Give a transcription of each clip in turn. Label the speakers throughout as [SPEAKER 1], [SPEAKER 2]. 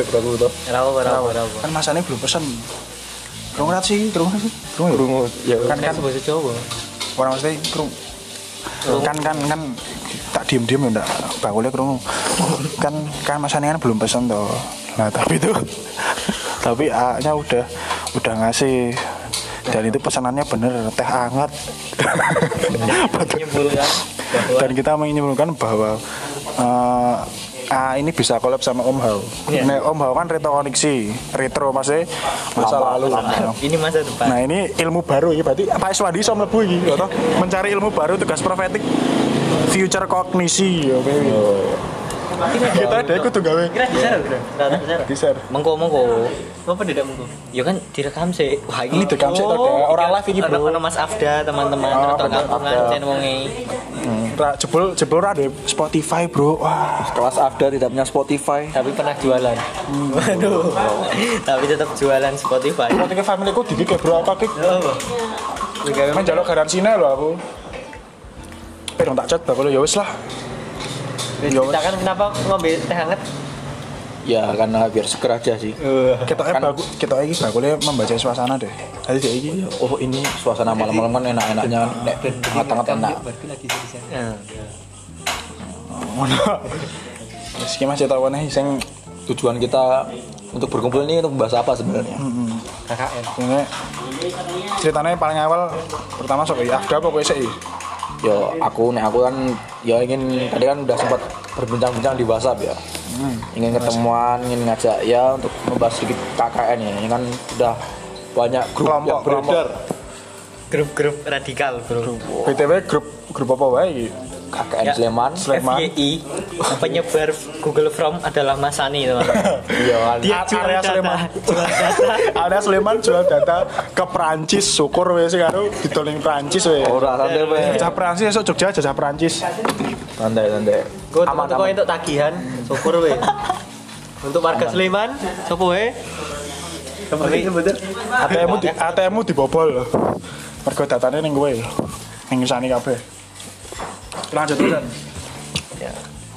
[SPEAKER 1] Aku tuh.
[SPEAKER 2] Ora apa ora apa ora apa.
[SPEAKER 3] kan masane belum pesen Krung rat sih, krung sih, krung ya?
[SPEAKER 1] Krungu ya
[SPEAKER 3] Kan
[SPEAKER 2] Kan
[SPEAKER 3] kan
[SPEAKER 2] bahasa Jawa.
[SPEAKER 3] orang mesti krung. Kan kan kan tak diem diem ya ndak bakulnya krung. Kan kan masane kan belum pesen toh. Nah tapi itu tapi A nya udah udah ngasih dan itu pesanannya bener teh hangat
[SPEAKER 2] Menyimpulkan bahwa
[SPEAKER 3] dan kita menyimpulkan bahwa eh, A ini bisa collab sama Om Hao.
[SPEAKER 2] Iya.
[SPEAKER 3] Nah, Om Hao kan retrokoniksi, retro pasti masa lalu.
[SPEAKER 2] ini masa depan.
[SPEAKER 3] Nah ini ilmu baru ya berarti Pak Iswandi iso mlebu iki ya toh? mencari ilmu baru tugas profetik future kognisi ya kayak gitu. Kita ada kudu gawe
[SPEAKER 2] Kira di sana, kira. Kira di sana.
[SPEAKER 3] geser.
[SPEAKER 2] Mengko mengko. Apa tidak Oh. mengko? Ya kan direkam sih. Wah,
[SPEAKER 3] Ini direkam sih, toh, Dek. Orang live ini, Bro.
[SPEAKER 2] Ono Iya. Mas Afda, teman-teman,
[SPEAKER 3] Ah,
[SPEAKER 2] atau
[SPEAKER 3] bener,
[SPEAKER 2] kampungan
[SPEAKER 3] Afda.
[SPEAKER 2] jen wonge.
[SPEAKER 3] Ra jebol jebol ra ada Spotify, Bro. Wah,
[SPEAKER 1] kelas Afda tidak punya Spotify.
[SPEAKER 2] Tapi pernah jualan.
[SPEAKER 3] Hmm.
[SPEAKER 2] Waduh. Tapi tetap jualan Spotify.
[SPEAKER 3] Spotify family ku dikit ya, Bro. Apa kik?
[SPEAKER 2] Apa? Juga
[SPEAKER 3] Main jaluk garansinya lho aku. Eh, dong tak chat bakul ya wis lah. Ya
[SPEAKER 2] Kita kan kenapa ngombe teh hangat?
[SPEAKER 1] Ya karena biar seger aja sih.
[SPEAKER 3] Kita eh
[SPEAKER 1] Kan-
[SPEAKER 3] bagus, kita iki bakulnya membaca suasana deh. Tadi dia iki
[SPEAKER 1] Oh ini suasana malam-malam kan enak-enaknya nek hangat-hangat enak.
[SPEAKER 2] Nah,
[SPEAKER 3] ngono. Wis ki Mas cetawan sing
[SPEAKER 1] Tujuan kita untuk berkumpul ini untuk membahas apa sebenarnya?
[SPEAKER 2] KKN.
[SPEAKER 3] Ini ceritanya paling awal pertama soal Afda apa iya? kowe sih?
[SPEAKER 1] Yo aku nek aku kan ya ingin tadi kan udah sempat berbincang-bincang di WhatsApp ya. Ingin ketemuan, ingin ngajak ya untuk membahas sedikit KKN ya. Ini kan udah banyak grup
[SPEAKER 3] Kelompok,
[SPEAKER 1] yang beredar.
[SPEAKER 2] Grup-grup radikal, Bro.
[SPEAKER 3] BTW grup grup apa wae iki?
[SPEAKER 1] KKN
[SPEAKER 2] Ya.
[SPEAKER 1] Sleman.
[SPEAKER 3] Sleman.
[SPEAKER 2] FYI, penyebar Google Form adalah Mas Ani, teman-teman.
[SPEAKER 1] Iya kan.
[SPEAKER 2] Dia
[SPEAKER 3] A-
[SPEAKER 2] jual
[SPEAKER 3] area
[SPEAKER 2] data,
[SPEAKER 3] Sleman.
[SPEAKER 2] jual data.
[SPEAKER 3] Ada Sleman jual data ke Perancis, syukur wes karo ditoling Perancis wes.
[SPEAKER 1] Ora santai Pe.
[SPEAKER 3] Jajah Perancis esok Jogja jajah Perancis.
[SPEAKER 1] Santai santai.
[SPEAKER 2] Gue
[SPEAKER 1] Aman,
[SPEAKER 2] teman-teman
[SPEAKER 1] aman.
[SPEAKER 2] untuk tagihan, syukur we. Untuk warga Sleman, sopo we? Tapi
[SPEAKER 3] ATM-mu di, ATM-mu dibobol lho. Mergo datane ning kowe lho. Ning ngisani kabeh. Hmm. Lanjut Ren.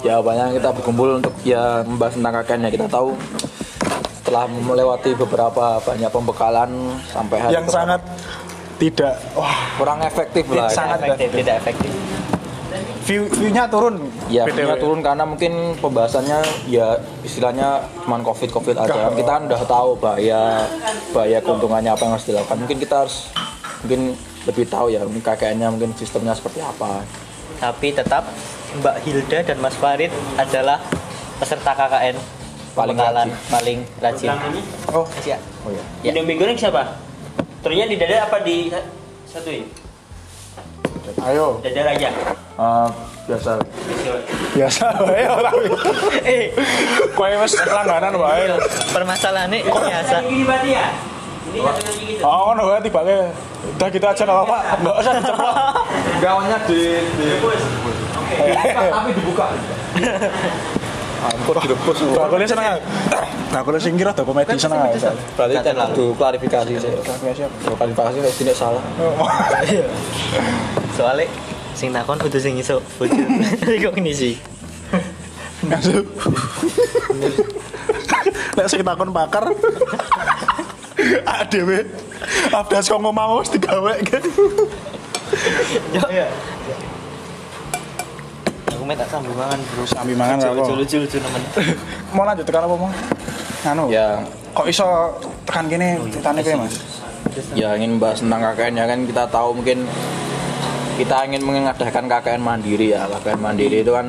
[SPEAKER 1] Ya banyak kita berkumpul untuk ya membahas tentang KKN ya kita tahu setelah melewati beberapa banyak pembekalan sampai hari
[SPEAKER 3] Yang
[SPEAKER 1] ke-
[SPEAKER 3] sangat tidak wah
[SPEAKER 1] kurang efektif lah. ya.
[SPEAKER 3] Sangat
[SPEAKER 2] sangat efektif, tidak efektif.
[SPEAKER 3] view view-nya turun.
[SPEAKER 1] Ya
[SPEAKER 3] BTW.
[SPEAKER 1] akhirnya turun karena mungkin pembahasannya ya istilahnya cuman covid covid aja. Kita kan udah tahu bahaya bahaya keuntungannya apa yang harus dilakukan. Mungkin kita harus mungkin lebih tahu ya mungkin KKN-nya mungkin sistemnya seperti apa.
[SPEAKER 2] Tapi tetap Mbak Hilda dan Mas Farid adalah peserta KKN
[SPEAKER 1] Paling
[SPEAKER 2] Pembekalan,
[SPEAKER 1] rajin.
[SPEAKER 2] paling rajin.
[SPEAKER 4] Namanya?
[SPEAKER 3] Oh,
[SPEAKER 2] Ya.
[SPEAKER 1] Oh ya.
[SPEAKER 2] Ya.
[SPEAKER 4] Yang minggu ini siapa? Turunnya di dada apa di satu ini?
[SPEAKER 3] ayo.
[SPEAKER 4] Dada aja.
[SPEAKER 1] Eh, biasa
[SPEAKER 3] Biasa wae ora.
[SPEAKER 2] Eh, iya,
[SPEAKER 3] Kowe wis langganan wae.
[SPEAKER 2] permasalahannya ini biasa.
[SPEAKER 4] Ini berarti ya? Ini satu lagi gitu.
[SPEAKER 3] Oh, ngono wae tibake. Udah kita aja enggak apa-apa. Enggak usah diceplok.
[SPEAKER 1] gaunnya di, di tapi dibuka. Angkut direbus.
[SPEAKER 3] Bakule seneng. ya? Bakule sing kira ada komedi seneng. ya?
[SPEAKER 1] Berarti kan kudu klarifikasi sih. Kalau klarifikasi harus tidak salah.
[SPEAKER 2] Soalnya sing takon udah sing iso. Bujur. Iku ngisi.
[SPEAKER 3] Masuk. Nek sing takon pakar. Adewe. Abdas kok ngomong wis digawe.
[SPEAKER 2] Ya. Aku main tak sambung mangan, Bro.
[SPEAKER 3] Sambi mangan nggak apa.
[SPEAKER 2] Lucu-lucu nemen.
[SPEAKER 3] Mau lanjut tekan apa mau? Anu.
[SPEAKER 1] Ya,
[SPEAKER 3] Kok iso tekan kene ceritane kowe, Mas?
[SPEAKER 1] ya ingin bahas tentang KKN ya kan kita tahu mungkin kita ingin mengadakan KKN mandiri ya KKN mandiri itu kan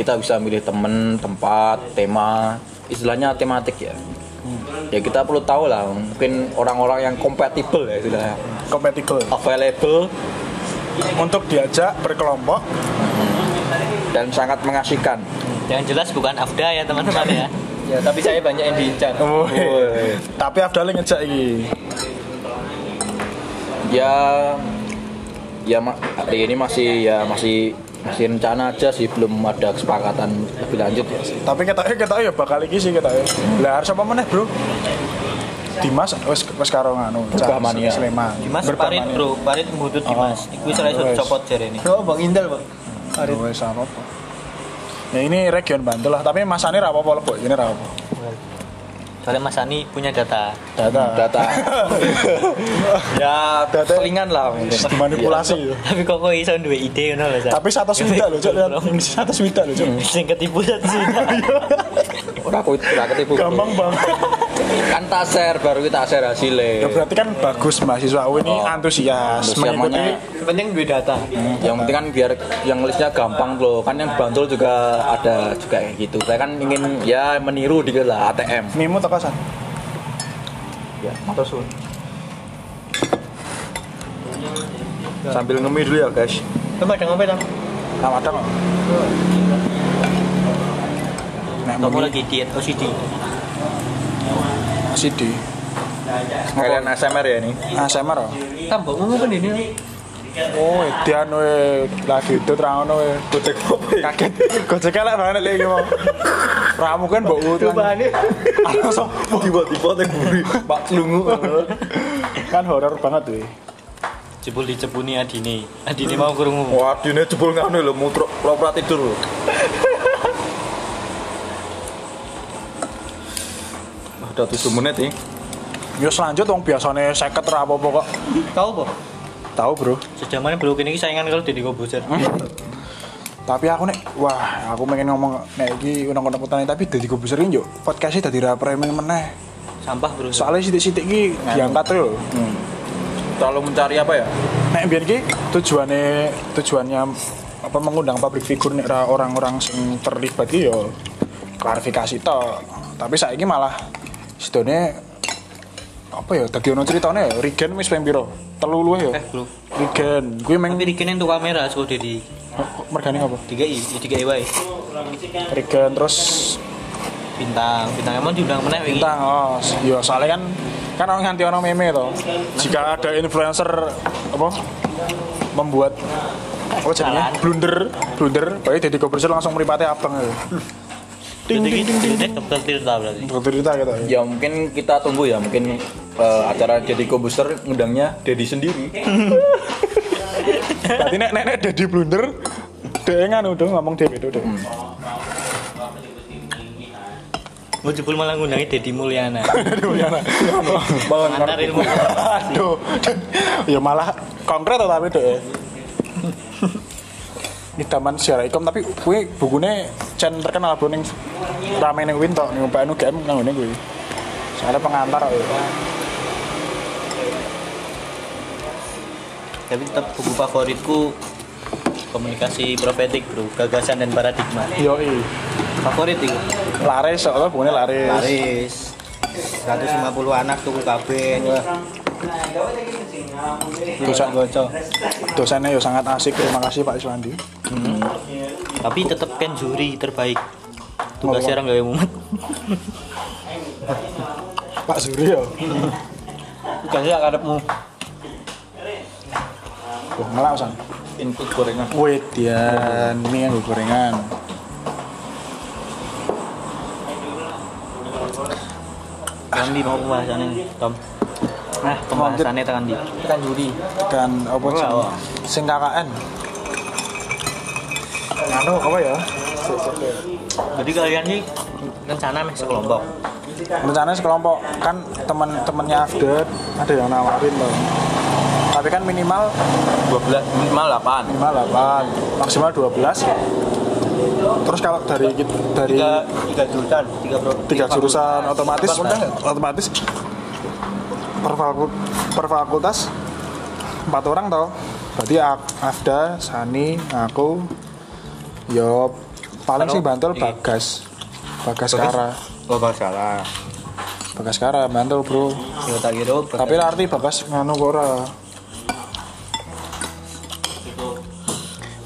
[SPEAKER 1] kita bisa milih temen tempat tema istilahnya tematik ya ya kita perlu tahu lah mungkin orang-orang yang kompatibel ya istilahnya
[SPEAKER 3] Kompetikel.
[SPEAKER 1] available
[SPEAKER 3] Untuk diajak berkelompok
[SPEAKER 1] dan sangat mengasihkan
[SPEAKER 2] Yang jelas bukan Afda ya, teman-teman ya. Ya, tapi saya banyak yang diincar.
[SPEAKER 3] Oh,
[SPEAKER 1] Oh, iya.
[SPEAKER 3] Woi. Tapi Abdal ngejak iki.
[SPEAKER 1] ya ya ma- hari ini masih ya masih masih rencana aja sih belum ada kesepakatan lebih lanjut ya sih
[SPEAKER 3] Tapi ketoknya ketoknya ya bakal iki sih ketoknya. Lah harus apa meneh, Bro? Dimas wis wis karo anu,
[SPEAKER 1] Berkah mania.
[SPEAKER 3] Sleman.
[SPEAKER 2] Dimas
[SPEAKER 3] Berkah
[SPEAKER 2] Farid,
[SPEAKER 3] mania.
[SPEAKER 2] Bro. Farid ngudut Dimas. Iku iso iso
[SPEAKER 3] Oh. Wes.
[SPEAKER 2] copot jare ini. Oh, Bang Indal, Bang.
[SPEAKER 3] Farid. Wes apa apa. Ya ini region Bantul lah, tapi masane ra apa-apa lebok, ini ra apa.
[SPEAKER 2] Soalnya Mas Ani punya data.
[SPEAKER 3] data
[SPEAKER 1] data ya
[SPEAKER 3] Data-
[SPEAKER 1] selingan lah mungkin
[SPEAKER 3] dimanipulasi
[SPEAKER 1] Iya.
[SPEAKER 3] ya.
[SPEAKER 2] Tapi kok kok iso duwe ide ngono lho, Cak.
[SPEAKER 3] tapi satu swida loh cok lihat satu swida loh
[SPEAKER 1] Iya.
[SPEAKER 3] cok
[SPEAKER 2] sing ketipu satu sida.
[SPEAKER 3] Iya.
[SPEAKER 1] Ora Iya. aku ora ketipu.
[SPEAKER 3] gampang banget
[SPEAKER 1] Kan tak share baru kita share hasilnya.
[SPEAKER 3] Ya, berarti kan bagus mahasiswa UI ini
[SPEAKER 1] Oh.
[SPEAKER 3] antusias
[SPEAKER 1] Antusias
[SPEAKER 3] mengikuti
[SPEAKER 1] makanya-
[SPEAKER 2] Yang penting duwe data.
[SPEAKER 1] Yang penting kan biar yang listnya gampang loh. Kan yang Bantul juga ada juga kayak gitu. Saya kan ingin ya meniru dikit lah ATM.
[SPEAKER 3] mimu toko san
[SPEAKER 1] Ya, motor sun. Sambil ngemil dulu ya, guys.
[SPEAKER 2] Coba ada ngombe Tam.
[SPEAKER 3] sama ada kok nek
[SPEAKER 5] Kamu
[SPEAKER 3] mau
[SPEAKER 5] lagi diet OCD.
[SPEAKER 3] CD
[SPEAKER 1] Kalian ASMR ya ini.
[SPEAKER 3] ASMR oh.
[SPEAKER 2] Tambah ngono kan ini.
[SPEAKER 3] oh Edian we lagi itu terang eh, we
[SPEAKER 1] Kutek apa ya?
[SPEAKER 3] kaget gojek elek banget lagi mau ramu kan mbok utang
[SPEAKER 2] Cobane.
[SPEAKER 3] aku so
[SPEAKER 1] Tiba-tiba teh gurih. Pak Lungu.
[SPEAKER 3] kan horor banget we
[SPEAKER 2] Jebul dicepuni Adine. Adine mau krungu.
[SPEAKER 1] Wah, dine jebol ngono lho, mutruk lopra tidur lho. Udah 7 menit ya.
[SPEAKER 3] yo selanjut wong biasane 50 ra apa-apa kok
[SPEAKER 2] Tahu apa?
[SPEAKER 3] tahu bro
[SPEAKER 2] Sejamane bro kene iki saingan kalau Deddy Kobuzer.
[SPEAKER 3] tapi aku nek wah aku pengen ngomong nek iki undang-undang petani tapi dadi gubernur yo podcastnya dadi rapre meneh
[SPEAKER 2] Sampah bro.
[SPEAKER 3] soalnya sitik-sitik iki diangkat yo
[SPEAKER 1] Hmm. Terlalu mencari apa ya?
[SPEAKER 3] nek biar ki tujuannya tujuannya apa mengundang public figure nek ra orang-orang sing terlibat ki yo klarifikasi toh tapi saiki malah sedone apa ya tadi ono ceritanya ya Regen wis ping piro telu luwe ya
[SPEAKER 2] Eh bro.
[SPEAKER 3] Regen kuwi meng
[SPEAKER 2] Tapi dikene untuk kamera so Deddy.
[SPEAKER 3] mergane apa
[SPEAKER 2] 3i, 3i wae.
[SPEAKER 3] Regen terus
[SPEAKER 2] Bintang, bintang emang diundang meneh wingi.
[SPEAKER 3] bintang oh yo soalnya kan kan orang nganti ono meme toh jika ada influencer apa membuat apa jadinya blunder blunder baik jadi komersil langsung meripati abang ya
[SPEAKER 2] Ding ding ding ding. Dokter Tirta berarti.
[SPEAKER 3] dokter cerita gitu ya
[SPEAKER 1] Ya mungkin kita tunggu ya, mungkin eh, acara Deddy Kobuster ngundangnya Deddy sendiri.
[SPEAKER 3] berarti nek nek nek jadi blunder dia nganu dong ngomong dia itu deh
[SPEAKER 2] Mau jebul malah ngundangi Deddy Mulyana.
[SPEAKER 3] aduh ya nah. bangun
[SPEAKER 2] Mantar
[SPEAKER 3] ngerti.
[SPEAKER 2] ilmu komunikasi.
[SPEAKER 3] aduh ya malah konkret toh tapi deh di taman siara ikom tapi kue bukunya cen terkenal bro ning rame ning win tok ning UPN UGM nang ngene kuwi soalnya pengantar kok, ya.
[SPEAKER 2] Tapi tetap buku favoritku komunikasi profetik bro, gagasan dan paradigma.
[SPEAKER 3] Yoi,
[SPEAKER 2] Favorit itu.
[SPEAKER 3] laris soalnya bukunya laris.
[SPEAKER 5] Laris. 150 anak tuku kabeh.
[SPEAKER 3] Dosen Dosennya yo sangat asik. Terima kasih Pak Iswandi.
[SPEAKER 2] Tapi tetap kan juri terbaik. Tugasnya orang gawe mumet.
[SPEAKER 3] Pak Zuri yo.
[SPEAKER 2] Tugasnya karepmu.
[SPEAKER 3] Wah, ngelak san.
[SPEAKER 1] Input gorengan.
[SPEAKER 3] Wait, ya, ini yang gorengan.
[SPEAKER 2] Kan di mau pembahasannya, Tom. Nah, pembahasannya tekan di. Tekan juri.
[SPEAKER 3] Kan apa sih?
[SPEAKER 2] Wah.
[SPEAKER 3] Sing KKN. Anu apa ya?
[SPEAKER 2] Jadi kalian nih rencana meh sekelompok.
[SPEAKER 3] Rencananya sekelompok kan teman-temannya Afdar ada yang nawarin loh. Tapi kan minimal
[SPEAKER 1] 12 minimal 8.
[SPEAKER 3] minimal 8, maksimal 12. Terus kalau dari dari
[SPEAKER 5] Tiga tiga jurusan, tiga bro.
[SPEAKER 3] tiga jurusan Iya, otomatis
[SPEAKER 5] Fakultas.
[SPEAKER 3] otomatis per, faku- per fakultas empat orang toh berarti Af- Afda Sani aku yo paling sih bantul
[SPEAKER 2] Iki.
[SPEAKER 3] Bagas Iya. Bagas Kara
[SPEAKER 5] Oh, Bang salah.
[SPEAKER 3] Bagas Kara bantul bro
[SPEAKER 2] Ya tak kira
[SPEAKER 3] tapi arti Bagas nganu kok ora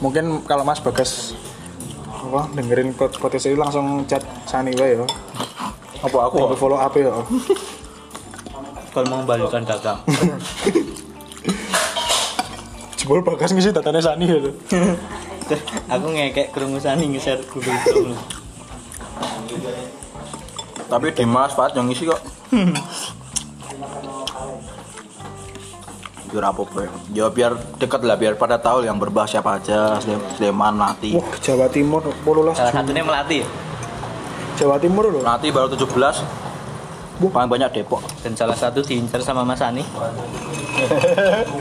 [SPEAKER 3] mungkin kalau Mas Bagas apa dengerin pod- podcast ini langsung chat Sani wae yo apa aku follow up ya
[SPEAKER 2] kalau mau membalikkan dagang.
[SPEAKER 3] jebol bagas ngisi datanya Sani gitu
[SPEAKER 2] Aku ngekek kerungusan nih ngeser Google Chrome.
[SPEAKER 1] Tapi Dimas Fat yang ngisi kok. Jujur apa bro? Ya biar deket lah, biar pada tahu yang berbahas siapa aja, Sule- Sleman, Melati.
[SPEAKER 3] wah Jawa Timur 18
[SPEAKER 2] Salah ya?
[SPEAKER 3] Juni.
[SPEAKER 2] satunya melatih.
[SPEAKER 3] Jawa Timur loh
[SPEAKER 1] Melati baru 17, paling banyak Depok
[SPEAKER 2] Dan salah satu diincar sama Mas Ani.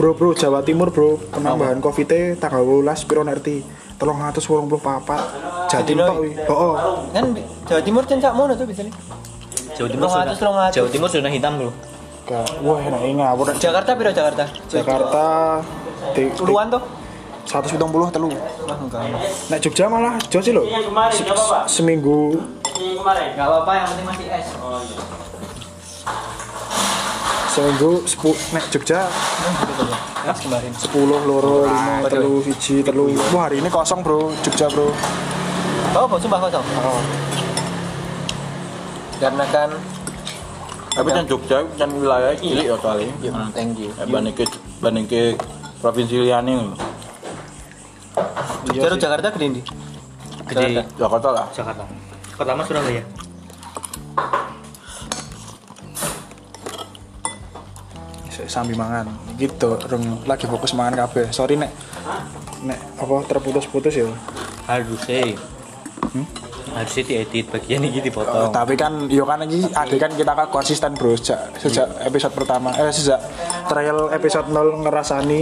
[SPEAKER 3] Bro bro Jawa Timur bro penambahan covid -nya tanggal 12 piro ngerti 384 Jatim tok wi. Oh, oh.
[SPEAKER 6] Kan di- Jawa Timur kan cak mono tuh bisa nih.
[SPEAKER 2] Jawa Timur zona
[SPEAKER 6] 200, 200.
[SPEAKER 2] Jawa Timur zona hitam loh.
[SPEAKER 3] Ka- Wah, enak ini ngawur Nek.
[SPEAKER 6] Jakarta piro Jakarta?
[SPEAKER 3] Jakarta di, di
[SPEAKER 6] Puluhan tuh?
[SPEAKER 3] 170 telu.
[SPEAKER 6] Wah enggak.
[SPEAKER 3] Nek Jogja malah jauh sih lho. Se- se- Seminggu
[SPEAKER 6] Enggak apa-apa yang penting masih es.
[SPEAKER 3] seminggu sepu, nek Jogja
[SPEAKER 6] Mas kemarin.
[SPEAKER 3] 10 loro 5 telu siji telu. Wah, hari ini kosong bro Jogja bro.
[SPEAKER 6] Oh, bos sumpah kosong.
[SPEAKER 3] Oh.
[SPEAKER 6] Karena kan
[SPEAKER 1] tapi yang Jogja yang wilayah cilik ya kali
[SPEAKER 2] Iya.
[SPEAKER 6] thank you.
[SPEAKER 1] banding ke banding ke provinsi liyane
[SPEAKER 6] Jogja atau Jakarta gede ndi?
[SPEAKER 2] Gede
[SPEAKER 1] Jakarta lah
[SPEAKER 2] Jakarta. Pertama Surabaya.
[SPEAKER 3] Sik, sambil mangan gitu rung lagi fokus mangan kabeh sorry nek nek apa terputus-putus ya Hmm?
[SPEAKER 2] Harusnya. Harusnya diedit bagian ini
[SPEAKER 3] Eh,
[SPEAKER 2] dipotong.
[SPEAKER 3] tapi kan yo kan ini ada kan kita kan konsisten bro sejak sejak
[SPEAKER 2] Hmm.
[SPEAKER 3] episode pertama eh sejak trial episode 0 ngerasani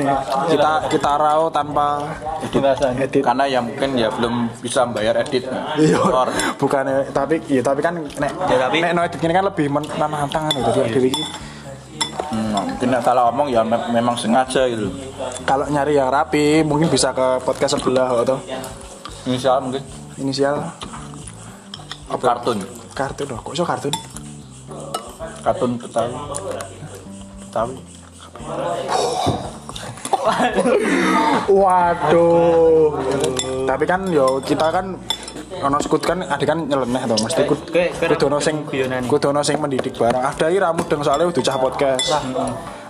[SPEAKER 2] Nah,
[SPEAKER 3] kita kita raw tanpa
[SPEAKER 6] Pembahasan.
[SPEAKER 3] edit
[SPEAKER 1] karena ya mungkin ya belum bisa bayar edit nah.
[SPEAKER 3] Iya,
[SPEAKER 1] Or,
[SPEAKER 3] bukan tapi ya tapi kan nek
[SPEAKER 2] Ya, tapi- Iya.
[SPEAKER 3] nek no edit ini kan lebih men- menantang kan gitu. Jadi iki
[SPEAKER 1] hmm, mungkin nek salah ngomong ya me- memang sengaja gitu
[SPEAKER 3] kalau nyari yang rapi mungkin bisa ke podcast sebelah atau
[SPEAKER 1] misal mungkin
[SPEAKER 3] inisial
[SPEAKER 1] kartun
[SPEAKER 3] kartun loh kok iso kartun
[SPEAKER 1] kartun Betawi Betawi
[SPEAKER 3] Waduh. Tapi kan yo kita kan ono skut kan ada kan nyeleneh to mesti kudu
[SPEAKER 2] Eh, Kayak- kayak
[SPEAKER 3] kudu ono sing
[SPEAKER 2] guyonane.
[SPEAKER 3] kudu ono sing mendidik barang. Ada ira mudeng soalnya udah cah podcast.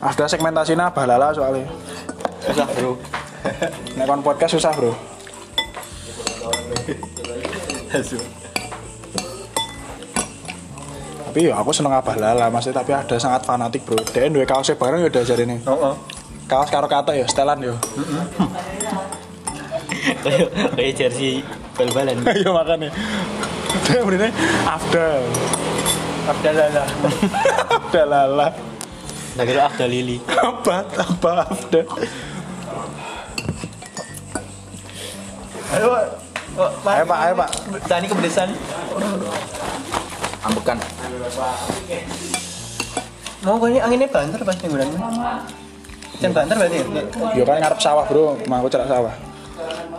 [SPEAKER 3] Ada segmentasinya balala soalnya.
[SPEAKER 2] Susah bro.
[SPEAKER 3] Nek kon podcast susah, Bro. tapi ya aku seneng abah lala maksudnya tapi ada sangat fanatik bro dia dua kaosnya bareng ya udah jadi nih
[SPEAKER 6] Oh, oh.
[SPEAKER 3] kaos karo kata ya setelan ya
[SPEAKER 2] Kayak- Kayak jersey bal-balan.
[SPEAKER 3] Iya makanya. Dia benernya Afdal.
[SPEAKER 6] Abdal lah.
[SPEAKER 3] Afdal lala.
[SPEAKER 2] Nah kira Afda Lili.
[SPEAKER 3] Apa apa Afdal?
[SPEAKER 6] Ayo, Pak. Oh,
[SPEAKER 3] Ayo, Pak, ayo, Pak.
[SPEAKER 6] Tani kepedesan.
[SPEAKER 1] ambekan
[SPEAKER 6] Mau kok ini anginnya banter pas minggu lalu. Jangan banter berarti. ya? Nek-
[SPEAKER 3] Yo kan ngarep sawah bro, mau aku cerak sawah.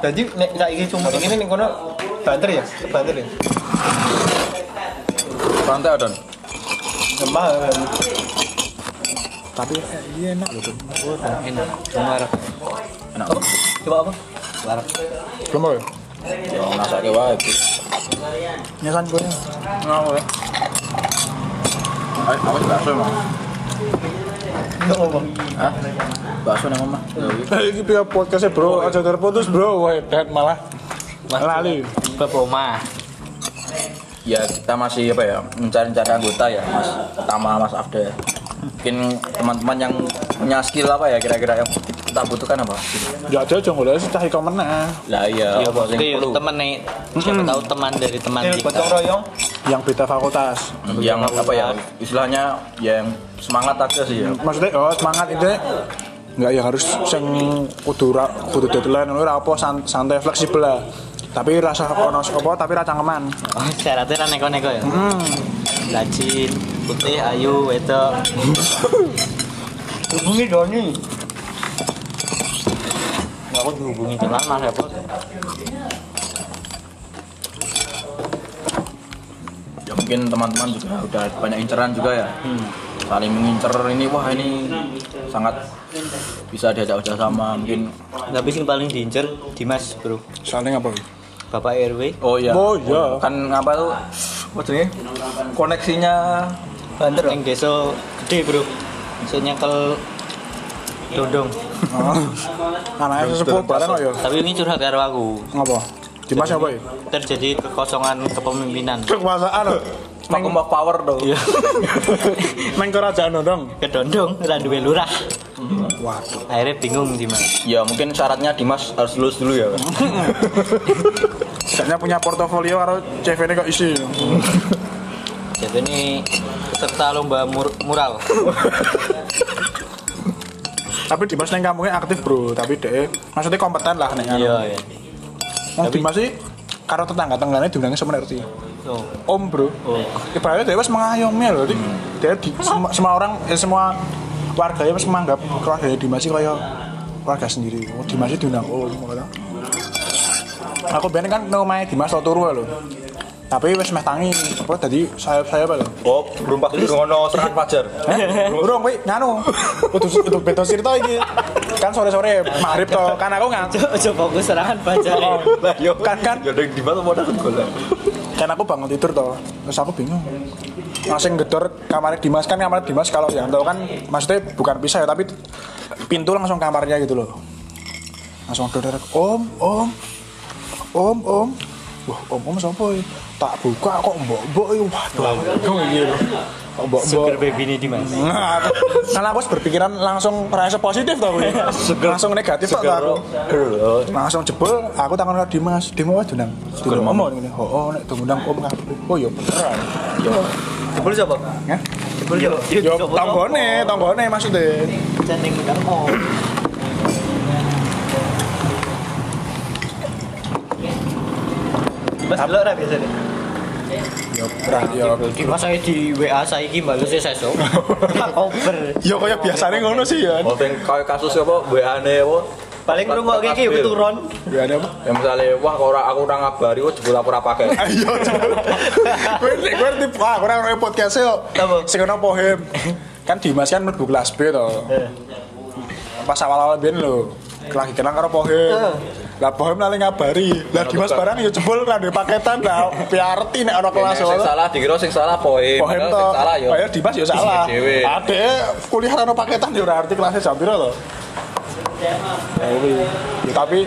[SPEAKER 6] Berarti nek saiki cuma ini ning kono banter ya? Banter ya.
[SPEAKER 1] pantai Don
[SPEAKER 6] Gemah.
[SPEAKER 3] Tapi eh, iya enak loh. Bro.
[SPEAKER 2] Enak. Marah.
[SPEAKER 1] enak
[SPEAKER 6] Oh, Coba apa?
[SPEAKER 2] Marah.
[SPEAKER 3] Belum mau. ya?
[SPEAKER 1] ya ngasake wae Ki.
[SPEAKER 3] Nyesan gue.
[SPEAKER 1] Ayo, apa sih bakso emang
[SPEAKER 6] Enggak ngomong.
[SPEAKER 1] Hah? bakso nang omah Ya,
[SPEAKER 3] Eh
[SPEAKER 1] iya.
[SPEAKER 3] ini pihak podcastnya bro, aja terputus bro. Wah dan malah lali.
[SPEAKER 2] Bab Roma.
[SPEAKER 1] ya kita masih apa ya mencari-cari anggota ya Mas Tama Mas Afda ya. mungkin teman-teman yang punya skill apa ya kira-kira yang kita butuhkan apa
[SPEAKER 3] Ya aja aja ngulai sih cari komen nah.
[SPEAKER 1] lah iya
[SPEAKER 6] Oh,
[SPEAKER 2] Ya
[SPEAKER 1] apa sih yang
[SPEAKER 2] maksudnya
[SPEAKER 1] perlu
[SPEAKER 2] temen nih. Siapa
[SPEAKER 6] Hmm.
[SPEAKER 2] tahu teman dari teman
[SPEAKER 6] Ayo,
[SPEAKER 2] kita.
[SPEAKER 6] Gotong royong.
[SPEAKER 3] Yang beda fakultas.
[SPEAKER 1] yang apa ya istilahnya yang semangat aja sih ya
[SPEAKER 3] Maksudnya oh semangat itu nggak ya harus sing kudu ra- kudu deadline ngono ora apa san- santai fleksibel lah. Tapi rasa ono apa tapi ra cangkeman.
[SPEAKER 2] Oh, syaratnya kan neko-neko ya.
[SPEAKER 6] Hmm.
[SPEAKER 2] Lajin, putih, ayu, wedok.
[SPEAKER 6] Hubungi Doni.
[SPEAKER 2] Nggak aku dihubungi ke lama repot.
[SPEAKER 1] ya mungkin teman-teman juga udah banyak inceran juga ya
[SPEAKER 7] Hmm.
[SPEAKER 1] saling mengincer ini wah ini sangat bisa diajak kerjasama mungkin
[SPEAKER 2] Tapi sing paling diincer Dimas, Bro.
[SPEAKER 3] Soalnya ngapa?
[SPEAKER 2] Bapak RW.
[SPEAKER 1] oh iya
[SPEAKER 3] Oh, iya.
[SPEAKER 1] kan apa tuh
[SPEAKER 6] Apa jenenge?
[SPEAKER 1] koneksinya
[SPEAKER 6] Banter.
[SPEAKER 2] Yang desa gede, Bro. Saya nyekel dondong.
[SPEAKER 3] Oh. Anaknya sesepuh bareng kok ya.
[SPEAKER 2] Tapi ini curhat karo aku.
[SPEAKER 3] Ngapa? Dimas apa ya?
[SPEAKER 2] Terjadi kekosongan kepemimpinan.
[SPEAKER 3] Kekuasaan lho.
[SPEAKER 1] vacuum of power dong
[SPEAKER 2] Iya.
[SPEAKER 3] Main kerajaan lho, dong.
[SPEAKER 2] ke dondong, ra duwe lurah.
[SPEAKER 3] Waduh.
[SPEAKER 2] Akhirnya bingung Dimas.
[SPEAKER 1] ya mungkin syaratnya Dimas harus lulus dulu ya
[SPEAKER 3] Sebenarnya punya portofolio karo CV-ne kok isi.
[SPEAKER 2] Dan Itu ini peserta lomba mur- mural.
[SPEAKER 3] tapi Dimas neng kampungnya aktif bro tapi deh maksudnya kompeten lah neng anu.
[SPEAKER 2] Iya, iya.
[SPEAKER 3] Wong Dimas sih karo tetangga tetanggane diundangi sama RT
[SPEAKER 2] Oh.
[SPEAKER 3] om bro
[SPEAKER 2] Oh.
[SPEAKER 3] ibaratnya dia wis mengayomi loh jadi dia di, semua, semua orang eh, semua warganya wis menganggap keluarganya Dimas sih kayak keluarga sendiri oh, Dimas sih diundang om kata. aku bener kan nang omahe Dimas tau turu loh tapi wis meh tangi apa tadi sayap sayap lho
[SPEAKER 7] Oh, belum pasti ngono serangan fajar.
[SPEAKER 3] Urung kowe nganu. Kudu kudu beda sirto iki. Kan sore-sore maghrib to. Kan aku ngang.
[SPEAKER 2] Coba fokus serangan pacar.
[SPEAKER 7] Lah
[SPEAKER 1] iya.
[SPEAKER 7] yo
[SPEAKER 3] Kan kan
[SPEAKER 1] Ya,
[SPEAKER 7] yo di mana mau dapat bola.
[SPEAKER 3] kan aku bangun tidur toh terus aku bingung langsung gedor kamarnya Dimas kan kamarnya Dimas kalau yang tahu kan maksudnya bukan pisah ya tapi pintu langsung kamarnya gitu loh langsung gedor om om om om wah om om siapa ya tak buka kok mbok mbok ya waduh aku bingung gitu kok mbok mbok
[SPEAKER 2] Sugar baby ini Dimas.
[SPEAKER 3] Nah, aku- karena aku berpikiran langsung merasa positif tau gue langsung negatif tau tau aku langsung jebol aku takon karo Dimas Dimas wae dunang Dimas omong ngene oh oh nek diundang om kabeh oh yo beneran
[SPEAKER 6] Jebul siapa?
[SPEAKER 3] ya
[SPEAKER 6] Jebul yo.
[SPEAKER 3] yo tanggone tanggone maksudnya
[SPEAKER 2] Jangan undang om.
[SPEAKER 6] Mas delok ora biasa deh.
[SPEAKER 3] yo berat yo
[SPEAKER 2] Dimas saya di WA saya ini balasnya saya sok. Over.
[SPEAKER 3] yo kaya biasanya ngono sih ya
[SPEAKER 7] Oh, sing kaya kasus apa
[SPEAKER 1] E
[SPEAKER 7] WA-ne apa?
[SPEAKER 6] Paling ngrungokke iki yo keturun.
[SPEAKER 3] ya ada apa
[SPEAKER 7] Ya misalnya, wah kok ora aku ora ngabari, wah jebul aku ora pakai.
[SPEAKER 3] ayo gue nek gue tipe ah gue nang podcast yo
[SPEAKER 6] Apa?
[SPEAKER 3] sing ono pohem kan Dimas kan mlebu kelas B to pas awal-awal ben lho lagi kenang karo pohem lah pohem lali ngabari lah Dimas barang yo jebol kan duwe paketan lah piarti nek ono kelas
[SPEAKER 7] Sing
[SPEAKER 3] ngono.
[SPEAKER 7] salah dikira sing salah poe.
[SPEAKER 3] pohem to
[SPEAKER 7] Sing salah yo. Iya,
[SPEAKER 3] bayar Dimas yo salah
[SPEAKER 7] Dhewe.
[SPEAKER 3] ade kuliah ono paketan yo ora arti kelasnya jam piro to Ya, kuwi. Ya, tapi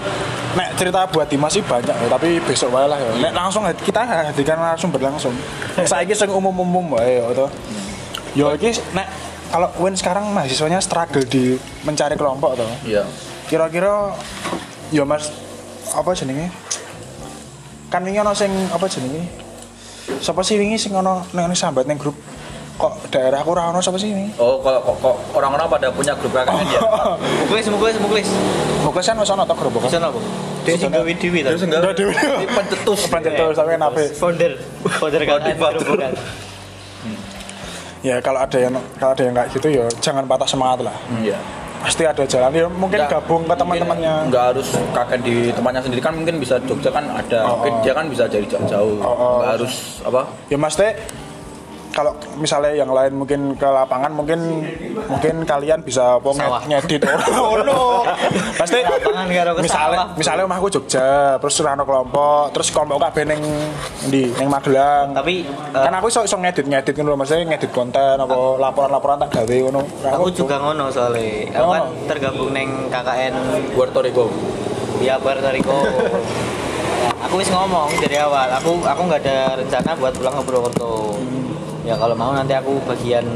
[SPEAKER 3] nek cerita buat Dimas sih banyak ya, tapi besok wae lah ya.
[SPEAKER 7] Iya.
[SPEAKER 3] Nek langsung had- kita hadirkan langsung berlangsung. Saiki sing umum-umum wae ya to. Ya iki nek kalau Win sekarang mahasiswanya struggle di mencari kelompok to.
[SPEAKER 1] Iya.
[SPEAKER 3] Kira-kira ya Mas apa jenenge? Kan wingi ono sing apa jenenge? Sapa sih wingi sing ono ning ning sambat ning grup kok daerahku ora ono sapa sih wingi?
[SPEAKER 1] Oh, kok kok- kok orang-orang pada punya grup KKN ya?
[SPEAKER 2] Muklis, muklis, muklis.
[SPEAKER 3] Muklis kan wis ono to grup
[SPEAKER 2] Bisa nopo. Dia sing gawe dhewe ta.
[SPEAKER 3] Nggak dewe.
[SPEAKER 1] Pencetus.
[SPEAKER 3] Pencetus sampe nape?
[SPEAKER 2] Founder, founder kan bukan.
[SPEAKER 3] ya kalau ada yang kalau ada yang kayak gitu ya jangan patah semangat lah
[SPEAKER 1] Iya.
[SPEAKER 3] pasti ada jalan ya mungkin
[SPEAKER 1] Nggak-
[SPEAKER 3] gabung ke
[SPEAKER 1] mungkin
[SPEAKER 3] teman-temannya
[SPEAKER 1] nggak harus kakek di temannya sendiri kan mungkin bisa Jogja kan ada mungkin dia kan bisa dari jauh-jauh
[SPEAKER 3] Oh, oh.
[SPEAKER 1] nggak harus apa
[SPEAKER 3] ya mas teh kalau misalnya yang lain mungkin ke lapangan mungkin mungkin kalian bisa apa
[SPEAKER 2] Sawah.
[SPEAKER 3] nge- ngedit oh no pasti
[SPEAKER 2] Lapangan karo ke sawah.
[SPEAKER 3] misalnya misalnya rumahku Jogja terus rano kelompok terus kelompok kabeh ning di ning Magelang
[SPEAKER 2] Tapi, eh,
[SPEAKER 3] kan aku iso iso ngedit ngedit ngono maksudnya ngedit konten apa laporan-laporan tak gawe ngono
[SPEAKER 2] Aku juga ngono soalnya. Aku kan tergabung neng KKN
[SPEAKER 1] Puerto Rico
[SPEAKER 2] Ya Puerto Rico. aku wis ngomong dari awal, aku aku nggak ada rencana buat pulang ke Purwokerto. Ya kalau mau nanti aku bagian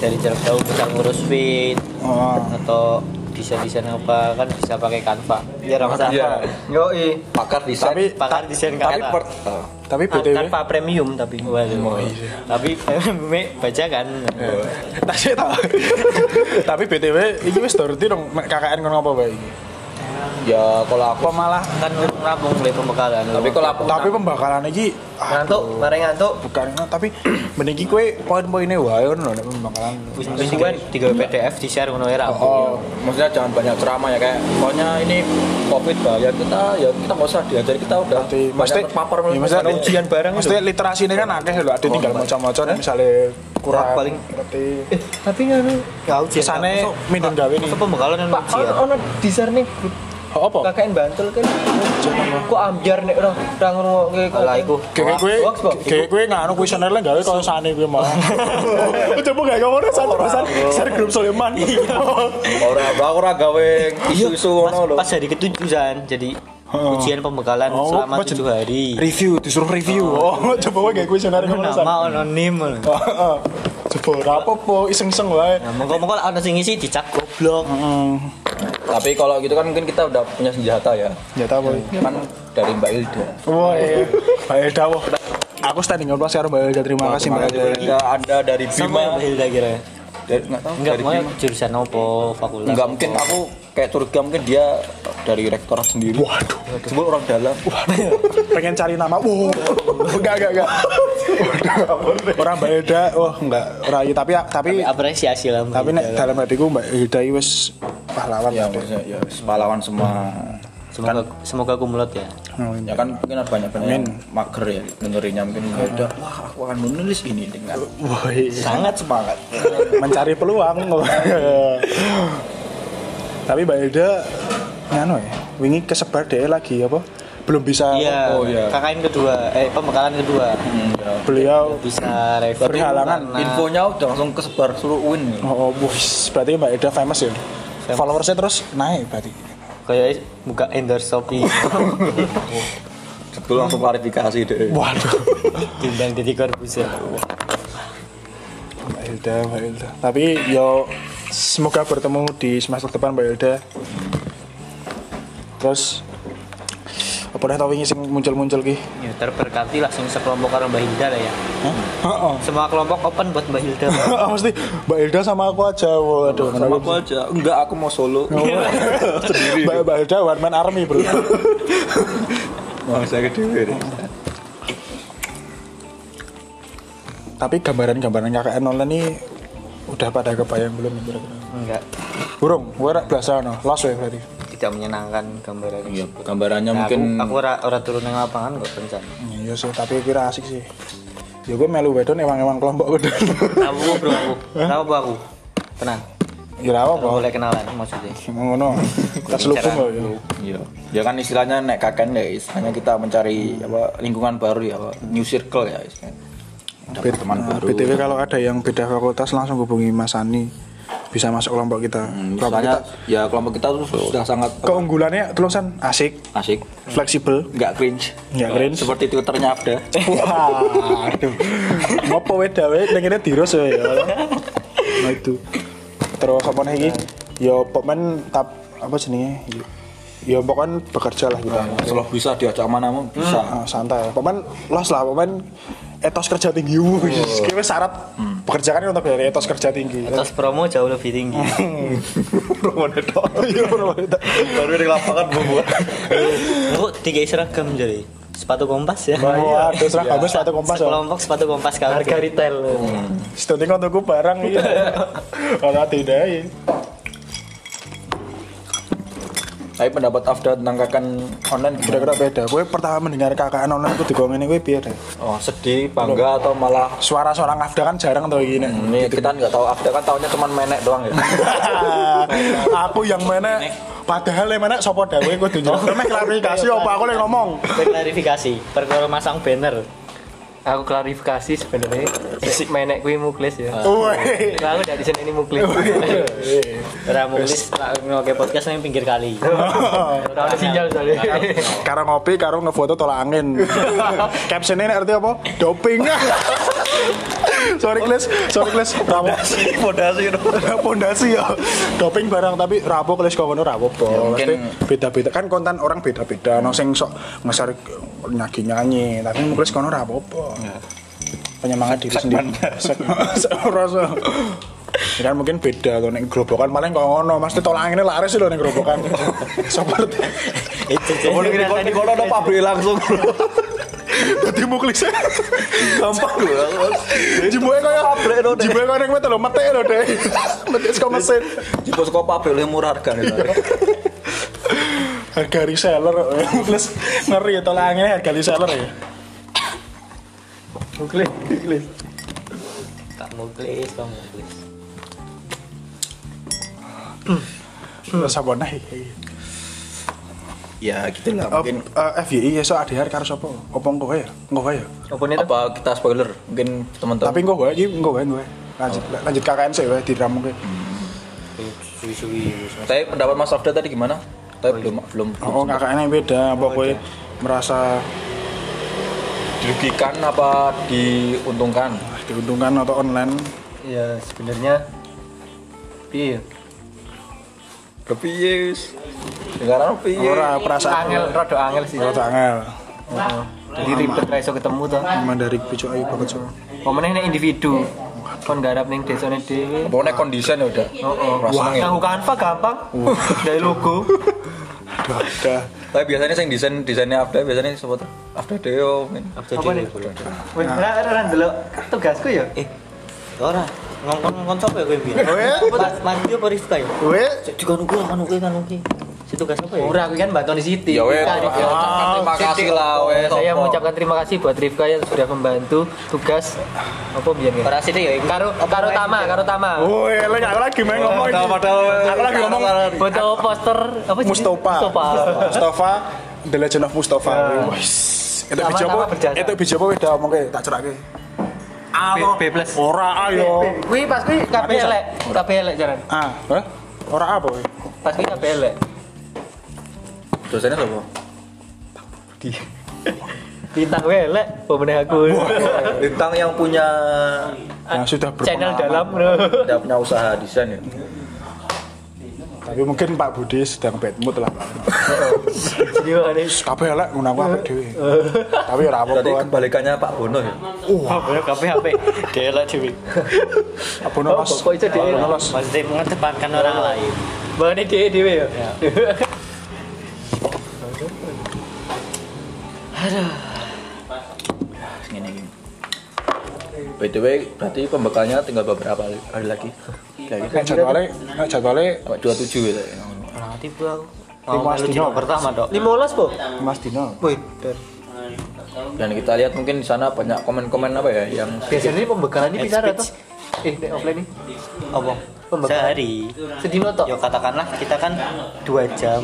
[SPEAKER 2] dari jarak jauh bisa ngurus fit
[SPEAKER 3] Oh.
[SPEAKER 2] atau desain-desain apa kan bisa pakai Canva. Ya orang Canva.
[SPEAKER 6] Yo i.
[SPEAKER 1] pakar Ah. desain
[SPEAKER 3] tapi
[SPEAKER 2] Pakar desain
[SPEAKER 3] tapi
[SPEAKER 2] Canva. Ah,
[SPEAKER 3] per- ya? tapi BTW
[SPEAKER 6] Tanpa premium tapi.
[SPEAKER 2] Waduh. Oh, iya. Tapi me baca kan.
[SPEAKER 3] Iya. Tak sih tau. Tapi BTW iki wis dorti dong mek KKN ngono apa bae iki.
[SPEAKER 1] ya kalau aku
[SPEAKER 3] Apa malah
[SPEAKER 2] Kan rampung oleh pembekalan.
[SPEAKER 1] tapi kalau aku
[SPEAKER 3] tapi pembakalan iki ah,
[SPEAKER 6] Ngantuk, mari ngantuk.
[SPEAKER 3] bukan ngono, tapi mending iki kowe poin-poinnya wae ngono lho nek pembakalan.
[SPEAKER 2] wis wis digawe- digawe PDF di share ngono ya, era.
[SPEAKER 1] oh, maksudnya jangan banyak ceramah ya kayak pokoknya ini covid bahaya kita ya kita nggak usah diajari kita udah
[SPEAKER 3] Berarti mesti
[SPEAKER 1] banyak terpapar
[SPEAKER 3] ya, mesti
[SPEAKER 1] Ada ujian.
[SPEAKER 6] ujian bareng
[SPEAKER 3] Mesti literasi ini kan akeh lho, ada tinggal maca-maca nih misale kurang
[SPEAKER 6] Paling-
[SPEAKER 3] ngerti.
[SPEAKER 6] Eh, tapi ngono. Ya ujian.
[SPEAKER 3] Kesane minder gawe nih.
[SPEAKER 2] Itu pembekalan yang
[SPEAKER 6] Pak,
[SPEAKER 2] anu
[SPEAKER 1] "Ah,
[SPEAKER 2] ujian.
[SPEAKER 1] ya?
[SPEAKER 6] ono ono desain nih grup
[SPEAKER 3] Oh, Apa?
[SPEAKER 6] KKN Bantul kan. Kok ambyar nek ora ora ngrungokke kok.
[SPEAKER 2] Alah, iku.
[SPEAKER 3] Kayak gue,
[SPEAKER 6] Hoax, Pak.
[SPEAKER 3] kayak gue nggak anu kuesioner lah gawe kalau sane gue mau. Oh, Coba gak kamu udah satu pesan, share grup Sulaiman.
[SPEAKER 1] orang aku orang gawe isu-isu
[SPEAKER 2] pas,
[SPEAKER 1] ngono lho
[SPEAKER 2] pas hari ketujuh Zan. jadi
[SPEAKER 3] oh, Heeh.
[SPEAKER 2] ujian pembekalan
[SPEAKER 3] Oh,
[SPEAKER 2] selama
[SPEAKER 3] macam-
[SPEAKER 2] tujuh hari
[SPEAKER 3] Review, disuruh review. Oh, coba gue gak kuesioner kamu udah
[SPEAKER 2] nama anonim
[SPEAKER 3] Oh, oh. Coba ora apa-apa, iseng-iseng wae.
[SPEAKER 2] nah mongko-mongko lah ono sing ngisi dicak goblok
[SPEAKER 1] tapi kalau gitu kan mungkin kita udah punya senjata ya
[SPEAKER 3] Ya ta boy. iya.
[SPEAKER 1] kan dari Mbak Ilda
[SPEAKER 3] Wah, bae dawuh. aku standing applause karo Mbak Hilda terima kasih Mbak Hilda
[SPEAKER 7] Ada Anda dari
[SPEAKER 2] Sama
[SPEAKER 7] Bima.
[SPEAKER 2] Hilda kira ya?
[SPEAKER 7] Dari- Nggak tahu.
[SPEAKER 2] Enggak,
[SPEAKER 7] dari
[SPEAKER 2] mau
[SPEAKER 7] Bima.
[SPEAKER 2] jurusan apa, fakultas
[SPEAKER 7] Nggak
[SPEAKER 2] apa.
[SPEAKER 7] mungkin aku kayak curiga mungkin dia dari rektor sendiri.
[SPEAKER 3] waduh
[SPEAKER 7] Semua orang dalam.
[SPEAKER 3] pengen cari nama wow enggak enggak enggak Waduh. orang Mbak Hilda oh enggak Rai tapi tapi
[SPEAKER 2] apresiasi lah
[SPEAKER 3] tapi nek dalam hatiku Mbak Hilda iki wis pahlawan ya
[SPEAKER 1] ya maksudnya ya pahlawan semua
[SPEAKER 2] semoga semoga kumulot ya
[SPEAKER 1] ya kan mungkin ada banyak banyak yang mager ya dengerinnya mungkin udah wah aku akan menulis ini dengan
[SPEAKER 3] woi
[SPEAKER 1] sangat semangat
[SPEAKER 3] mencari peluang tapi Mbak Hilda ngano ya wingi kesebar deh lagi apa belum bisa
[SPEAKER 2] iya
[SPEAKER 7] oh, iya.
[SPEAKER 2] KKN kedua eh pembekalan kedua
[SPEAKER 3] Hmm. beliau
[SPEAKER 2] bisa rekor
[SPEAKER 3] Berhalangan.
[SPEAKER 1] Nah.
[SPEAKER 7] Infonya udah langsung kesebar seluruh UIN.
[SPEAKER 3] oh, oh wis, berarti Mbak Hilda famous ya followersnya terus naik berarti
[SPEAKER 2] kayak buka endorse Shopee
[SPEAKER 7] Betul langsung klarifikasi deh.
[SPEAKER 3] waduh
[SPEAKER 2] bintang jadi korbuser
[SPEAKER 3] Mbak Hilda, Mbak Hilda. Tapi yo semoga bertemu di semester depan Mbak Hilda. Terus apa dah tau wingi sing muncul-muncul ki?
[SPEAKER 2] ya terberkati langsung sekelompok orang Mbak Hilda lah ya
[SPEAKER 3] Heeh.
[SPEAKER 2] semua kelompok open buat Mbak Hilda
[SPEAKER 3] Mesti Mbak Hilda sama aku aja. Waduh, Oh,
[SPEAKER 7] Sama aku aja. Enggak, aku mau solo.
[SPEAKER 3] Mbak, Mbak Hilda one man army, Bro.
[SPEAKER 7] Wah, saya gede.
[SPEAKER 3] Tapi gambaran-gambaran KKN online ini udah pada kebayang belum kira-kira?
[SPEAKER 2] enggak
[SPEAKER 3] Burung, gue rek biasa no, lost ya berarti.
[SPEAKER 2] tidak menyenangkan gambarannya
[SPEAKER 1] ya gambarannya
[SPEAKER 2] Nah,
[SPEAKER 1] mungkin
[SPEAKER 2] aku, aku ora, ora turun yang lapangan kok rencana
[SPEAKER 3] Iya sih, tapi kira asik sih. Ya gue melu wedon emang-emang kelompok wedon.
[SPEAKER 2] Tahu bro aku tahu apa aku tenang
[SPEAKER 3] Ya apa?
[SPEAKER 1] Oh.
[SPEAKER 2] boleh kenalan maksudnya
[SPEAKER 3] Emang ngono. Kita selubung kok, ya.
[SPEAKER 1] Iya. Ya kan istilahnya naik kakek ya, istilahnya kita mencari apa lingkungan baru ya, apa, new circle ya istilahnya. Dapat
[SPEAKER 3] B-
[SPEAKER 1] teman
[SPEAKER 3] eh,
[SPEAKER 1] baru.
[SPEAKER 3] BTW kalau ada yang beda fakultas langsung hubungi Mas Ani bisa masuk kelompok kita.
[SPEAKER 1] Hmm,
[SPEAKER 3] kelompok
[SPEAKER 1] istilahnya
[SPEAKER 3] kita
[SPEAKER 1] ya kelompok kita tuh sudah sangat
[SPEAKER 3] keunggulannya telusan asik,
[SPEAKER 1] asik,
[SPEAKER 3] fleksibel,
[SPEAKER 1] nggak cringe.
[SPEAKER 3] nggak cringe.
[SPEAKER 1] Seperti twitternya ada.
[SPEAKER 3] Wah, aduh. Ngopo weda we dengene dirus we ya. Nah itu. Terus apa nih iki? Ya pokoknya tap apa jenenge? Ya pokoknya bekerja lah gitu. kita.
[SPEAKER 1] Kalau bisa diajak mana mau bisa.
[SPEAKER 3] Ah, santai. Pemain los lah, pemain etos kerja tinggi. Uh, kayaknya syarat pekerjaan untuk dari etos kerja tinggi.
[SPEAKER 2] terus promo jauh lebih tinggi
[SPEAKER 3] Iya, bener, bener.
[SPEAKER 7] Baru di lapangan buat.
[SPEAKER 2] aku tiga seragam jadi sepatu kompas ya
[SPEAKER 3] Waduh, seragamnya sepatu kompas ya.
[SPEAKER 2] kelompok sepatu kompas Oh. kabeh.
[SPEAKER 6] Harga retail.
[SPEAKER 3] Setuju kan tuku barang iya. Kalau tidak ya.
[SPEAKER 1] Tapi pendapat Afda tentang kakan online gimana?
[SPEAKER 3] Kira-kira beda. Gue Ya, pertama mendengar kakak online itu digongin ini gue biar deh.
[SPEAKER 1] Oh, sedih, bangga atau malah
[SPEAKER 3] Suara seorang Afda kan jarang tuh gini.
[SPEAKER 1] ini kita nggak tahu Afda kan tahunya cuma menek doang ya.
[SPEAKER 3] aku yang mana padahal yang mana sopo dawe gue tunjuk. Tapi klarifikasi
[SPEAKER 2] iya,
[SPEAKER 3] apa aku yang ngomong.
[SPEAKER 2] Kita klarifikasi perkara masang banner
[SPEAKER 6] Aku klarifikasi sebenarnya. Sik menek kuwi muklis ya.
[SPEAKER 1] Ah.
[SPEAKER 3] Woi.
[SPEAKER 6] Nah, aku dari sini ini muklis.
[SPEAKER 1] Oh, iya.
[SPEAKER 2] ora mulis tak ngoke podcast nang pinggir kali
[SPEAKER 6] Ora ada sinyal soalnya.
[SPEAKER 1] Nah,
[SPEAKER 3] karo ngopi karo ngefoto tolak angin captionnya ini artinya apa doping sorry kles sorry kles rapo
[SPEAKER 7] Fondasi itu.
[SPEAKER 3] pondasi ya doping barang tapi rapo kles kok ngono rapo po
[SPEAKER 7] Ya,
[SPEAKER 1] mungkin-
[SPEAKER 3] Mesti beda-beda kan konten orang beda-beda no sing sok ngeser nyagi nyanyi tapi kles kono rapo po
[SPEAKER 7] Ya.
[SPEAKER 3] penyemangat diri sendiri rasa kan mungkin beda tuh ning gerobokan paling kok ngono mesti tolak anginnya laris sih lho ning gerobokan seperti
[SPEAKER 2] itu
[SPEAKER 7] Kalau
[SPEAKER 2] iya,
[SPEAKER 7] di kalau di kalau ada pabrik langsung.
[SPEAKER 3] Dadi muklisnya gampang lho. Jimboke kaya
[SPEAKER 7] Pabrik lho, Dek.
[SPEAKER 3] Jimboke kaya ning metu lho, metik lho, Dek. Metik saka mesin.
[SPEAKER 7] Di pos kok pabrik lebih murah harga nih.
[SPEAKER 3] Harga reseller muklis ngeri ya tolangnya harga reseller ya.
[SPEAKER 6] Muklis.
[SPEAKER 2] tak muklis tak muklis
[SPEAKER 3] Terus nah? apa nih?
[SPEAKER 1] ya, gitu lah
[SPEAKER 3] Eh,
[SPEAKER 1] mungkin.
[SPEAKER 3] eh, FYI esok ADR karo sapa? Apa engko wae? ya? Engko wae ya.
[SPEAKER 6] Apa nih?
[SPEAKER 1] Apa kita spoiler mungkin teman-teman.
[SPEAKER 3] Tapi engko wae iki engko wae engko wae. Hmm. Lanjut lanjut KKN sih wae diramuke.
[SPEAKER 2] suwi-suwi wis.
[SPEAKER 1] Tapi pendapat Mas Afda tadi gimana? Tapi belum belum
[SPEAKER 3] Oh, KKN yang beda apa kowe merasa
[SPEAKER 1] dirugikan apa diuntungkan?
[SPEAKER 3] ah, diuntungkan atau online
[SPEAKER 6] Ya sebenarnya piye? ya?
[SPEAKER 7] Tapi yes.
[SPEAKER 1] Dengaran piye?
[SPEAKER 3] ora perasaan
[SPEAKER 6] Angel, rada angel sih.
[SPEAKER 3] ora angel.
[SPEAKER 6] Jadi ribet ra iso ketemu toh.
[SPEAKER 3] Mandarik pucuk ayu bakal cowok.
[SPEAKER 6] Pemenang nek individu. Kon garap ning desane dhewe. Oh,
[SPEAKER 1] Pokoknya kondisian ya udah.
[SPEAKER 6] Heeh.
[SPEAKER 1] Wah, seneng ya.
[SPEAKER 6] Tahu kanva gampang.
[SPEAKER 1] Uh.
[SPEAKER 6] Dari logo.
[SPEAKER 3] Aduh, ada.
[SPEAKER 1] Tapi biasanya yang desain desainnya Afda biasanya sebut Afda Deo. men.
[SPEAKER 6] Apa nih? Wis ra ra ra ndelok tugasku ya.
[SPEAKER 1] Iya.
[SPEAKER 2] Eh, ora ngomong-ngomong sapa ya kowe piye?
[SPEAKER 6] Oh ya?
[SPEAKER 2] Mas Mario apa Rifka ya?
[SPEAKER 6] Weh,
[SPEAKER 2] Cek dikon kuwi kan kuwi kan kuwi. Si tugas apa ya?
[SPEAKER 6] ora aku kan Mbak Toni Siti.
[SPEAKER 1] Ya weh,
[SPEAKER 6] Kan,
[SPEAKER 1] ya,
[SPEAKER 6] ya.
[SPEAKER 1] ucapkan terima kasih lah weh.
[SPEAKER 6] Saya
[SPEAKER 1] sopo.
[SPEAKER 6] mengucapkan terima kasih buat Rifka yang sudah membantu tugas apa biyen ya?
[SPEAKER 2] Ora sithik ya. iku.
[SPEAKER 6] Karo karo Tama, karo Tama.
[SPEAKER 3] Woi, lek aku Oh, iya, lagi main ngomong ini. Aku lagi ngomong
[SPEAKER 6] Foto poster apa sih?
[SPEAKER 3] Mustafa.
[SPEAKER 6] Mustafa.
[SPEAKER 3] Mustafa, The Legend of Mustafa. Wis. Itu
[SPEAKER 6] Sama-sama
[SPEAKER 3] bijak apa?
[SPEAKER 6] berjasa.
[SPEAKER 3] Itu bijak apa udah omongke tak cerake.
[SPEAKER 6] B, B plus.
[SPEAKER 3] Ora ayo.
[SPEAKER 6] Kuwi pas kuwi kabeh elek, kabeh elek jaran.
[SPEAKER 3] Ah, hah? Ora apa weh?
[SPEAKER 6] Pas kuwi kabeh elek.
[SPEAKER 1] Dosennya siapa?
[SPEAKER 6] Bintang kuwi elek, pemenang aku.
[SPEAKER 1] Bintang yang punya
[SPEAKER 3] Yang Ya, sudah
[SPEAKER 6] Ah, Channel
[SPEAKER 3] berpengalaman.
[SPEAKER 6] dalam bro.
[SPEAKER 1] tidak punya usaha desain ya.
[SPEAKER 3] Tapi mungkin Pak Budi sedang bad mood lah. Pak.
[SPEAKER 6] Jadi ada
[SPEAKER 3] Kabeh elek ngono aku apik dhewe. Tapi ora apa-apa.
[SPEAKER 1] Berarti
[SPEAKER 3] kan.
[SPEAKER 1] kebalikannya Pak Bono ya.
[SPEAKER 2] kabeh HP. Delek dhewe.
[SPEAKER 3] Apa nolos?
[SPEAKER 6] Oh, kok iso dhewe
[SPEAKER 3] Apa nolos?
[SPEAKER 2] Pasti mengedepankan orang lain.
[SPEAKER 6] Bahane dhewe dhewe ya.
[SPEAKER 1] Gini gini. BTW berarti pembekalnya tinggal beberapa hari lagi. Kayak gitu.
[SPEAKER 3] Nek jadwale, nek jadwale
[SPEAKER 1] Sampai 27 ya. kayaknya.
[SPEAKER 2] Ora tiba aku.
[SPEAKER 3] Tiba
[SPEAKER 2] Mau
[SPEAKER 3] Mas
[SPEAKER 2] melu
[SPEAKER 3] Dino.
[SPEAKER 2] dino pertama, Dok.
[SPEAKER 6] 15 po.
[SPEAKER 3] Mas Dino.
[SPEAKER 6] Woi,
[SPEAKER 1] Dan kita lihat mungkin di sana banyak komen-komen apa ya yang
[SPEAKER 6] biasanya ini pembekalan ini bisa atau? Eh, nek offline ini.
[SPEAKER 2] Apa?
[SPEAKER 6] Pembekalan.
[SPEAKER 2] Sehari.
[SPEAKER 6] Sedino tok.
[SPEAKER 2] Ya katakanlah kita kan 2 jam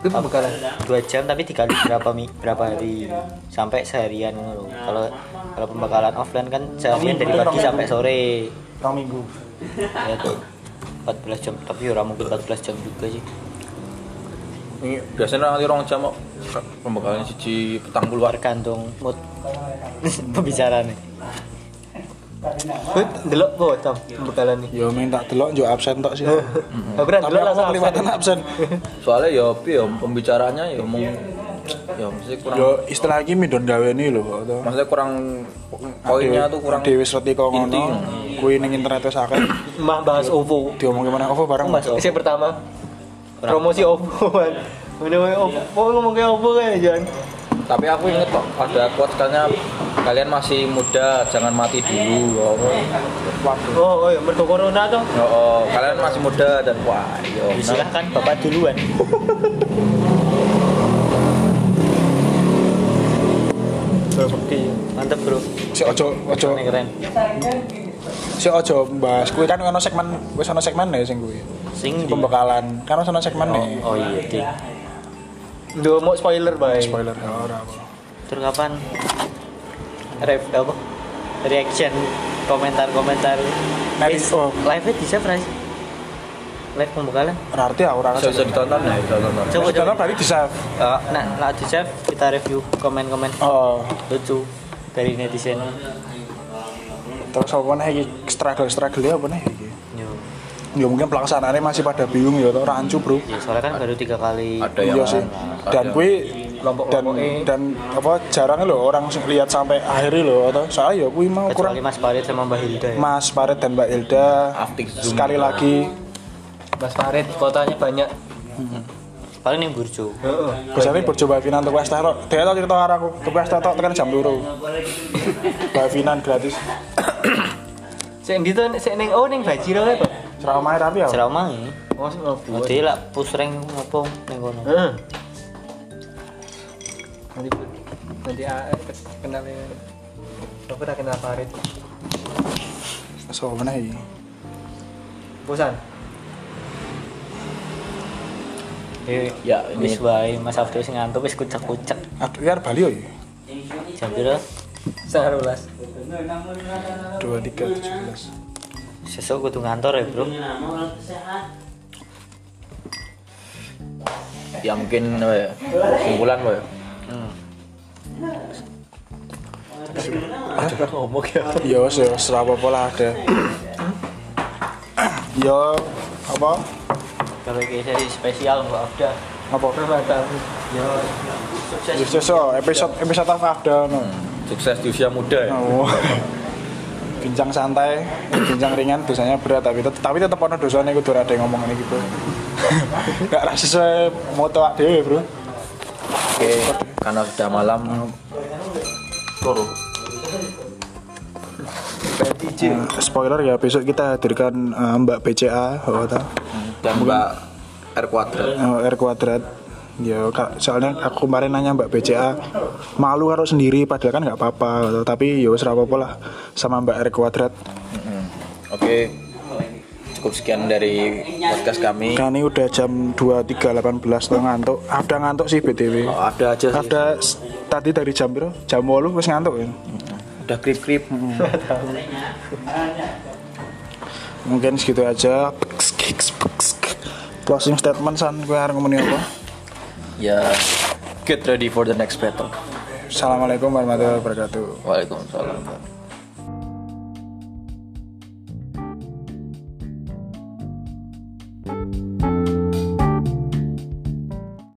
[SPEAKER 6] Kuwi pembekalan.
[SPEAKER 2] dua jam tapi dikali berapa mi berapa hari sampai seharian ngono
[SPEAKER 6] Ya.
[SPEAKER 2] lho. kalau kalau pembekalan offline kan seharian dari pagi sampai sore
[SPEAKER 3] Rong minggu.
[SPEAKER 2] ya tuh 14 jam tapi ya ora mungkin 14 jam juga sih
[SPEAKER 1] ini biasanya nanti orang jam kok. pembekalannya siji petang puluhan.
[SPEAKER 2] tergantung mood pembicaraannya
[SPEAKER 6] Kuwi ndelok po, Tam, pembekalan ini.
[SPEAKER 3] Yo minta delok yo absen tok sih.
[SPEAKER 6] Aku ora
[SPEAKER 3] Tapi
[SPEAKER 6] ndelok
[SPEAKER 3] aku
[SPEAKER 6] langsung
[SPEAKER 3] kelihatan
[SPEAKER 6] absen.
[SPEAKER 3] absen.
[SPEAKER 1] Soalnya ya pi ya pembicaranya ya mung ya mesti kurang
[SPEAKER 3] Yo istilah iki midon gaweni lho kok to.
[SPEAKER 1] maksudnya kurang poinnya tuh kurang
[SPEAKER 3] Dewi Sreti kok
[SPEAKER 1] inti.
[SPEAKER 3] ngono. Kuwi ning internet wis akeh.
[SPEAKER 6] Mah bahas OVO.
[SPEAKER 3] Diomong gimana OVO bareng Mas.
[SPEAKER 6] Ini yang pertama promosi Oppo kan. Udah ngomongin Oppo, ngomong kayak Oppo kayak jangan.
[SPEAKER 1] tapi aku inget kok ada quotes katanya Nah, kalian masih muda jangan mati dulu oh,
[SPEAKER 6] Oh, oh ya, mertua corona tuh.
[SPEAKER 1] oh, oh, kalian masih muda dan wah iya. yo
[SPEAKER 2] silahkan bapak duluan mantep bro
[SPEAKER 3] Si ojo ojo
[SPEAKER 2] keren keren
[SPEAKER 3] si ojo mbahas kuwi kan ono segmen wis ono segmen ya sing kuwi.
[SPEAKER 2] sing di
[SPEAKER 3] Pembekalan kan wis ono segmen nih.
[SPEAKER 2] oh iya di
[SPEAKER 6] Duh, mau spoiler baik.
[SPEAKER 3] Spoiler ya ora apa.
[SPEAKER 2] terus kapan ref apa reaction komentar komentar
[SPEAKER 3] Netizen. Oh.
[SPEAKER 2] live nya di save Rais. live pembekalan
[SPEAKER 3] Ora arti ya ora
[SPEAKER 1] bisa bisa ditonton ya bisa ditonton
[SPEAKER 2] coba coba
[SPEAKER 3] Dalam berarti bisa
[SPEAKER 2] Eh, nah nah di save kita review komen komen
[SPEAKER 3] oh
[SPEAKER 2] lucu dari netizen
[SPEAKER 3] terus apa nih iki struggle struggle apa nih iki?
[SPEAKER 2] yo
[SPEAKER 3] Ya mungkin pelaksanaannya masih pada bingung ya to rancu bro.
[SPEAKER 2] ya soalnya kan baru tiga kali
[SPEAKER 1] ada yang
[SPEAKER 3] Iya sih. Dan kuwi dan dan apa jarang loh orang sing lihat sampai akhirnya loh atau soalnya ya kuwi mau kurang
[SPEAKER 2] kecuali Mas Farid sama Mbak Hilda ya
[SPEAKER 3] Mas Paret dan Mbak Hilda
[SPEAKER 1] Aktif Zoom.
[SPEAKER 3] sekali lagi
[SPEAKER 6] Mas Farid, kotanya banyak.
[SPEAKER 2] paling yang Burjo
[SPEAKER 6] Heeh.
[SPEAKER 3] biasanya bercoba Finan tuh Westa tok dia tau cerita karo aku tuh Westa tok tekan jam luru Mbak Finan gratis
[SPEAKER 6] Saya yang itu, saya neng oh neng gaji loh apa?
[SPEAKER 3] ceramahnya tapi ya
[SPEAKER 2] ceramah ya
[SPEAKER 6] Oh, sing Oppo.
[SPEAKER 2] nanti lah push rank ngopo neng kono
[SPEAKER 6] Heeh. Nanti nanti ah, kenal ya. Aku tak kenal Farid.
[SPEAKER 3] so mana ini
[SPEAKER 6] Bosan. Iya,
[SPEAKER 2] Eh,
[SPEAKER 1] ya ini
[SPEAKER 2] wis wae Mas Abdul sing ngantuk wis kucek-kucek
[SPEAKER 3] aduh ya Bali ya
[SPEAKER 2] jam pira
[SPEAKER 6] Sangat rolas.
[SPEAKER 3] dua tiga tujuh belas
[SPEAKER 2] sesuk kudu ngantor ya bro
[SPEAKER 1] ya mungkin apa ya, kumpulan apa ya
[SPEAKER 3] ya wes ya serapa pola ada ya apa
[SPEAKER 2] kalau kayak seri spesial Mbak Abda
[SPEAKER 3] apa
[SPEAKER 6] Mantap.
[SPEAKER 3] Sukses oh, episode episode of Afda no.
[SPEAKER 7] Sukses di usia muda ya.
[SPEAKER 3] Oh. Bincang santai, bincang ringan, dosanya berat tapi tet- tapi tetap ono dosane kudu ada yang ngomong ini gitu. Enggak ra sesuai moto awake dhewe, Bro.
[SPEAKER 1] Oke, karena sudah malam. Turu.
[SPEAKER 3] Eh, spoiler ya besok kita hadirkan eh, Mbak BCA oh, ta.
[SPEAKER 1] Dan Mbak R kuadrat.
[SPEAKER 3] Eh, R kuadrat. Ya ka- soalnya aku kemarin nanya Mbak BCA malu harus sendiri padahal kan nggak apa-apa gitu. tapi ya wis ra apa-apa lah sama Mbak R kuadrat.
[SPEAKER 1] Oke. Cukup sekian dari podcast kami.
[SPEAKER 3] Kani Nah, udah jam 23.18 tuh ngantuk. Afda ngantuk sih BTW.
[SPEAKER 1] Oh, ada aja sih.
[SPEAKER 3] Afda s- tadi dari jam berapa? Jam 8 wis ngantuk ya. Hmm.
[SPEAKER 1] Udah krip-krip.
[SPEAKER 3] Mungkin segitu aja. Peks, keks, peks, keks. Closing statement san gue harus ngomongin apa?
[SPEAKER 1] Ya, get ready for the next battle.
[SPEAKER 3] Assalamualaikum warahmatullahi wabarakatuh.
[SPEAKER 1] Waalaikumsalam.